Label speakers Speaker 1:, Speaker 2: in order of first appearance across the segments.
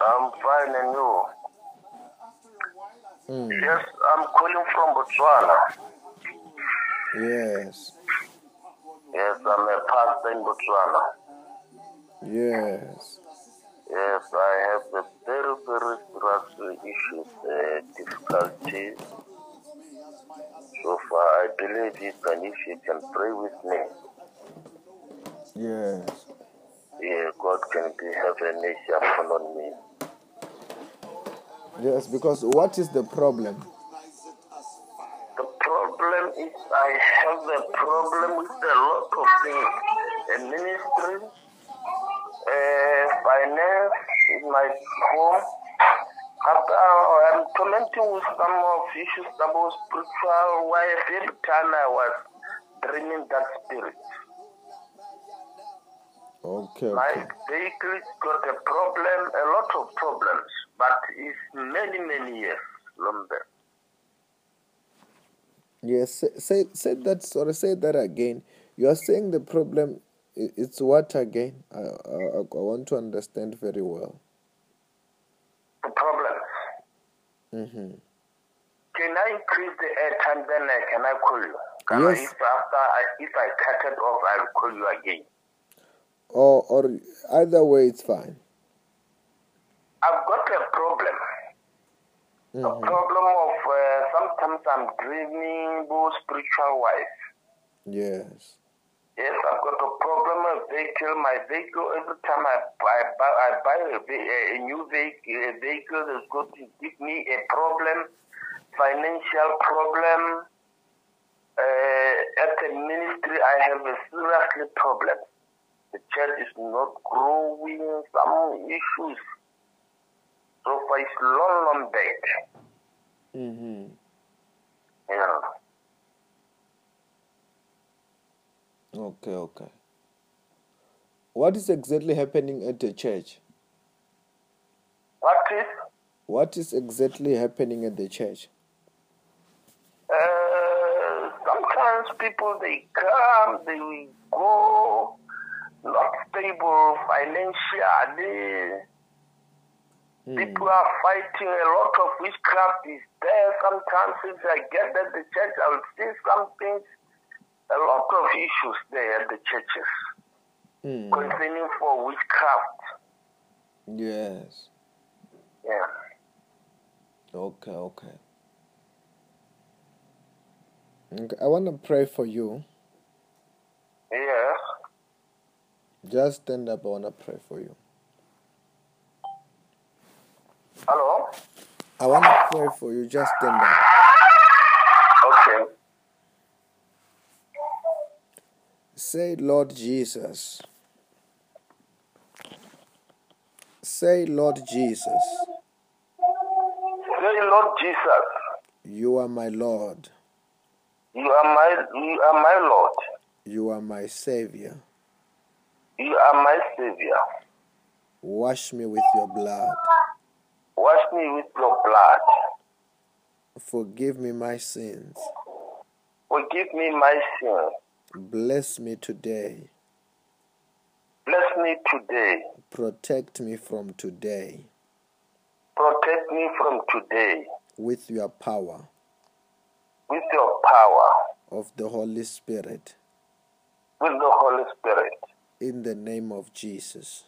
Speaker 1: I'm fine and you. Yes, I'm calling from Botswana.
Speaker 2: Yes.
Speaker 1: Yes, I'm a pastor in Botswana.
Speaker 2: Yes.
Speaker 1: Yes, I have a very, very structural issues, uh, difficulties. So far, I believe you can, if you can pray with me,
Speaker 2: Yes.
Speaker 1: yeah, God can be have a nature on me.
Speaker 2: Yes, because what is the problem?
Speaker 1: The problem is I have a problem with a lot of things. The ministry, uh, finance in my home. After I'm tormenting with some of issues about spiritual wife. Every time I was dreaming that spirit.
Speaker 2: Okay.
Speaker 1: My
Speaker 2: okay.
Speaker 1: vehicle got a problem, a lot of problems, but it's many, many years long there.
Speaker 2: Yes. Say, say say that. Sorry. Say that again. You are saying the problem. i- It's what again? I, I I I want to understand very well.
Speaker 1: The problems.
Speaker 2: Mm-hmm.
Speaker 1: Can I increase the airtime then I can I call you? Can I,
Speaker 2: Yes.
Speaker 1: if after I, if I cut it off, I'll call you again.
Speaker 2: Or or either way, it's fine.
Speaker 1: I've got a problem. A
Speaker 2: Mm-hmm.
Speaker 1: problem of uh, sometimes I'm dreaming about spiritual wife.
Speaker 2: Yes.
Speaker 1: Yes, I've got a problem with vehicle. My vehicle every time I I buy, I buy a, ve- a a new vehicle, a vehicle that's going to give me a problem, financial problem. Uh, at the ministry, I have a seriously problem. The church is not growing. Some issues. So far, it's long, long back.
Speaker 2: Mm-hmm.
Speaker 1: You know.
Speaker 2: Okay. Okay. What is exactly happening at the church?
Speaker 1: What is?
Speaker 2: What is exactly happening at the church?
Speaker 1: Uh, sometimes people they come, they will go, not stable financially. People are fighting a lot of witchcraft is there. Sometimes if I get at the church, I will see something. A lot of issues there at the churches
Speaker 2: Mm.
Speaker 1: concerning for witchcraft.
Speaker 2: Yes.
Speaker 1: Yeah.
Speaker 2: Okay, okay. Okay, I want to pray for you.
Speaker 1: Yes.
Speaker 2: Just stand up. I want to pray for you.
Speaker 1: Hello.
Speaker 2: I want to pray for you. Just stand up.
Speaker 1: Okay.
Speaker 2: Say, Lord Jesus. Say, Lord Jesus,
Speaker 1: Say, Lord Jesus,
Speaker 2: you are my Lord.
Speaker 1: you are my you are my Lord.
Speaker 2: You are my Savior.
Speaker 1: You are my Savior.
Speaker 2: Wash me with your blood.
Speaker 1: Wash me with your blood.
Speaker 2: Forgive me my sins.
Speaker 1: Forgive me my sins.
Speaker 2: Bless me today.
Speaker 1: Bless me today.
Speaker 2: Protect me from today
Speaker 1: Protect me from today
Speaker 2: with your power
Speaker 1: with your power,
Speaker 2: of the Holy Spirit.
Speaker 1: with the Holy Spirit.
Speaker 2: in the name of Jesus.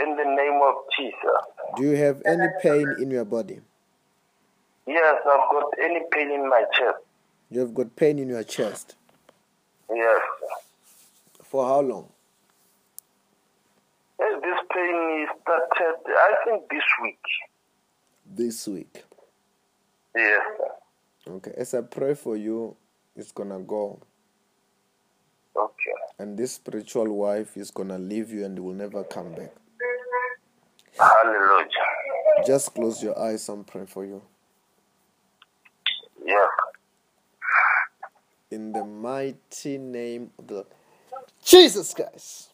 Speaker 1: In the name of Jesus.
Speaker 2: Do you have any pain in your body?
Speaker 1: Yes, I've got any pain in my chest.
Speaker 2: You have got pain in your chest.
Speaker 1: Yes.
Speaker 2: For how long?
Speaker 1: Hey, This pain is started, I think, this week.
Speaker 2: This week.
Speaker 1: Yes. sir.
Speaker 2: Okay, as I pray for you, it's gonna go.
Speaker 1: Okay.
Speaker 2: And this spiritual wife is gonna leave you and will never come back.
Speaker 1: Hallelujah.
Speaker 2: Just close your eyes and pray for you.
Speaker 1: Yes.
Speaker 2: In the mighty name of the Jesus Christ.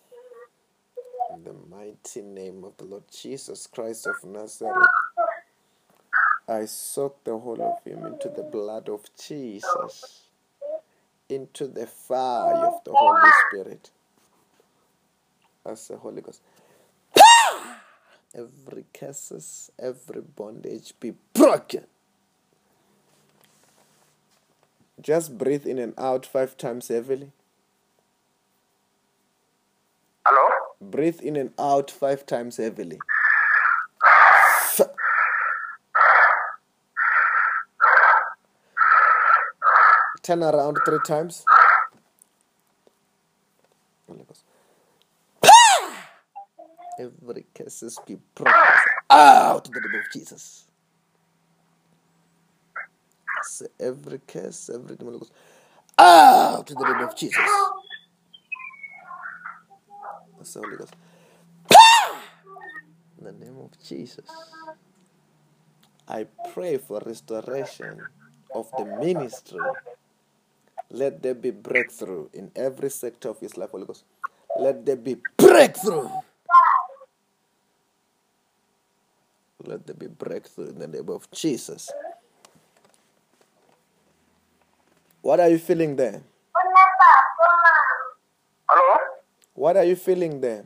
Speaker 2: In the mighty name of the Lord Jesus Christ of Nazareth. I soak the whole of him into the blood of Jesus, into the fire of the Holy Spirit. As the Holy Ghost. every curses, every bondage be broken. Just breathe in and out five times heavily.
Speaker 1: Hello?
Speaker 2: Breathe in and out five times heavily. F- Turn around three times. And it goes, Every curses be broken out in the name of Jesus. Say every curse, every demon goes out in the name of Jesus. That's the Holy Ghost. In the name of Jesus. I pray for restoration of the ministry. Let there be breakthrough in every sector of his life, Holy Ghost. Let there be breakthrough. Let there be breakthrough in the name of Jesus. What are you feeling there?
Speaker 1: Hello?
Speaker 2: What are you feeling there?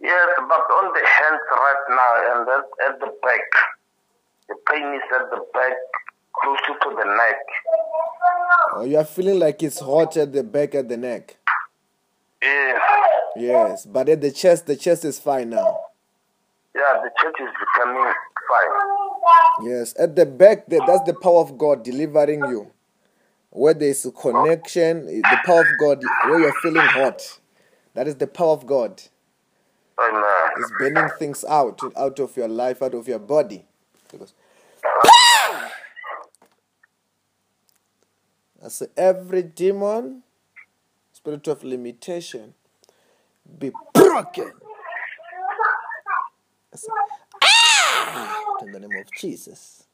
Speaker 1: Yes, but on the hands right now and at, at the back. The pain is at the back, closer to the neck.
Speaker 2: Oh, you are feeling like it's hot at the back, at the neck.
Speaker 1: Yes.
Speaker 2: Yes, but at the chest, the chest is fine now.
Speaker 1: Yeah, the church is becoming fine.
Speaker 2: Yes, at the back, there, that's the power of God delivering you. Where there is a connection, the power of God, where you're feeling hot, that is the power of God.
Speaker 1: Amen.
Speaker 2: It's burning things out, out of your life, out of your body. It goes, I say, every demon, spirit of limitation, be broken. I say, out Ah! in the name of Jesus.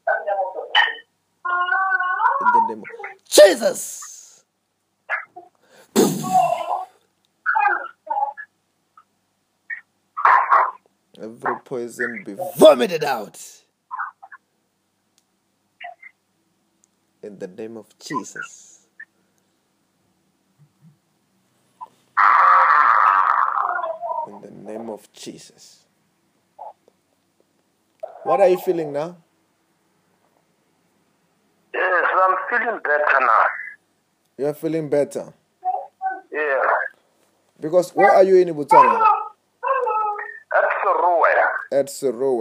Speaker 2: In the name of Jesus. Every poison be vomited out. In the name of Jesus. In the name of Jesus. What are you feeling now?
Speaker 1: Yes, I'm feeling better now.
Speaker 2: You're feeling better.
Speaker 1: Yeah.
Speaker 2: Because where are you in Butana?
Speaker 1: That's the road.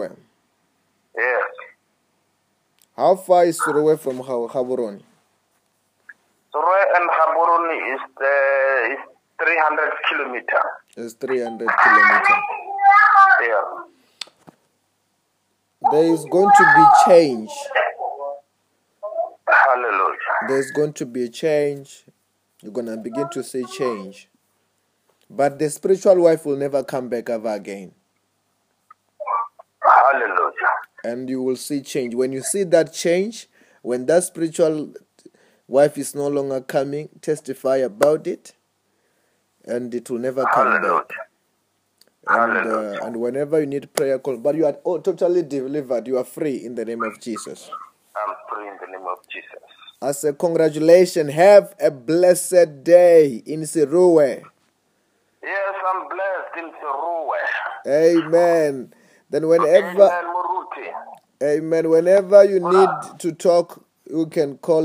Speaker 2: At Surowe.
Speaker 1: Yes.
Speaker 2: How far is Surowe from Haburoni?
Speaker 1: The road and Haburuni is, the, is 300 kilometers.
Speaker 2: It's 300 kilometers.
Speaker 1: Yeah.
Speaker 2: There is going to be change.
Speaker 1: Hallelujah.
Speaker 2: There's going to be a change. You're going to begin to see change. But the spiritual wife will never come back ever again.
Speaker 1: Hallelujah.
Speaker 2: and you will see change. When you see that change, when that spiritual wife is no longer coming, testify about it, and it will never come
Speaker 1: Hallelujah.
Speaker 2: back. And,
Speaker 1: Hallelujah.
Speaker 2: uh, and whenever you need prayer, call. But you are oh, totally delivered. You are free in the name of Jesus.
Speaker 1: I'm praying in the name of Jesus.
Speaker 2: I say, congratulations. Have a blessed day in Siruwe.
Speaker 1: Yes, I'm blessed in the road.
Speaker 2: Amen. Then whenever,
Speaker 1: Amen, Muruti.
Speaker 2: amen. Whenever you need to talk, you can call.